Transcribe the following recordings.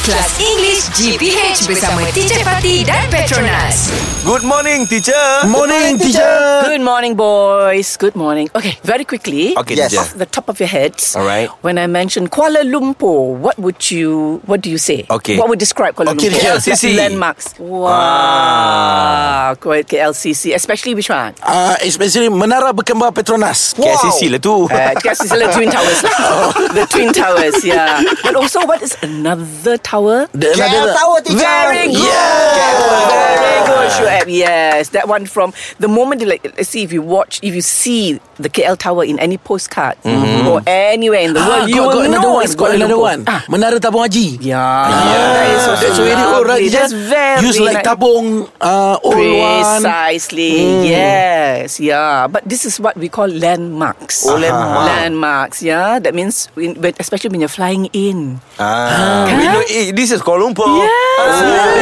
Kelas English GPH bersama Teacher Fatih dan Petronas. Good morning, teacher. Morning, teacher. Good morning, boys. Good morning. Okay, very quickly. Okay, Yes. teacher. Off the top of your heads. All right. When I mentioned Kuala Lumpur, what would you what do you say? Okay. What would describe Kuala Okay, Lumpur? KLCC. Landmarks. Ah. Wow. Quite KLCC, especially which one? Uh, especially Menara Berkembar Petronas. Wow. KCC lah tu. Uh, guess it's the Twin Towers. Oh. the Twin Towers, yeah. But also, what is another tower? The KL another- Ah, Tower teacher Very good. Very good, Shuaib. Yes, that one from the moment you like, let's see if you watch, if you see the KL Tower in any postcard Mm-hmm. or anywhere in the Ah, world, you got, will got know another one. it's Got Kuala another Lumpur. one. Menara Tabung Haji. Ah, Yeah, that is also That's very old, right? lovely. teacher? That's very Use like nice. tabung, uh, old one. Precisely, yes, yeah. But this is what we call landmarks. Oh, landmark. Landmarks, yeah. That means, when, when- especially when you're flying in. Ah, we know, eh, this is Kuala Lumpur. Yes,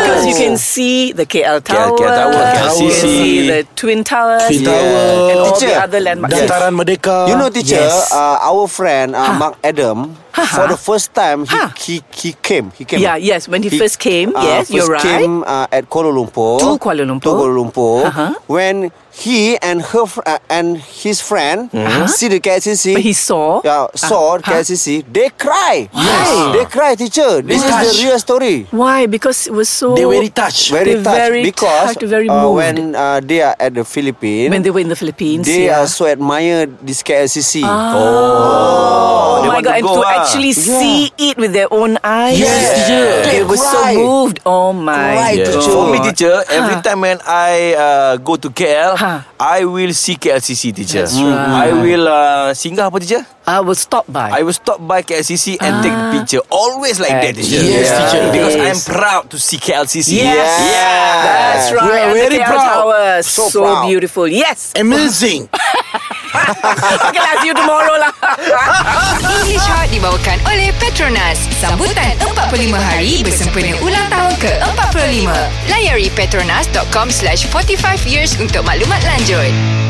because you can see the KL Tower, KL Tower, you can KLCC. see the Twin Towers, Twin yeah, Tower. and all Teacher, the other landmarks. Dataran Merdeka. You know, teacher, Yes. uh, our friend uh, Mark Adam, for the first time, he, Ha. he, he came. He came. Yeah, yes. When he, He- first came, uh, yes, first you're right. Came uh, at Kuala Lumpur. To Kuala Lumpur. To Kuala Lumpur. Uh-huh. When he and her fr- uh, and his friend hmm, see the KCC, Uh-huh. But he saw. yeah, saw Uh-huh. KCC. They cry. Yes. they cry, teacher. This is the touched. real story. Why? Because it was so. They very touched. Very They touched very because touched, very uh, moved. when uh, they are at the Philippines, when they were in the Philippines. they yeah. are so admire this KLCC. Oh, they my want God! to and go, to ah. actually see it with their own eyes. Yes, teacher. They They were so cry. moved. Oh my Cry, God! Yeah. teacher. For me, teacher, every time when I uh, go to KL, Ha. I will see KLCC, teacher. Hmm. That's right. I will uh, singgah apa, teacher? I will stop by. I will stop by KLCC and take the picture. Always like that, teacher. Yes, Yeah. teacher. Because Ah. Yes. I'm proud to see KLCC. Yes. Yeah. That's right. We are and the very KL proud. Tower, So so, proud. beautiful. Yes. Amazing. okay, I'll see you tomorrow lah. English Hot dibawakan oleh Petronas. Sambutan 45 hari bersempena ulang tahun ke-45. Layari petronas.com slash 45 years untuk maklumat lanjut.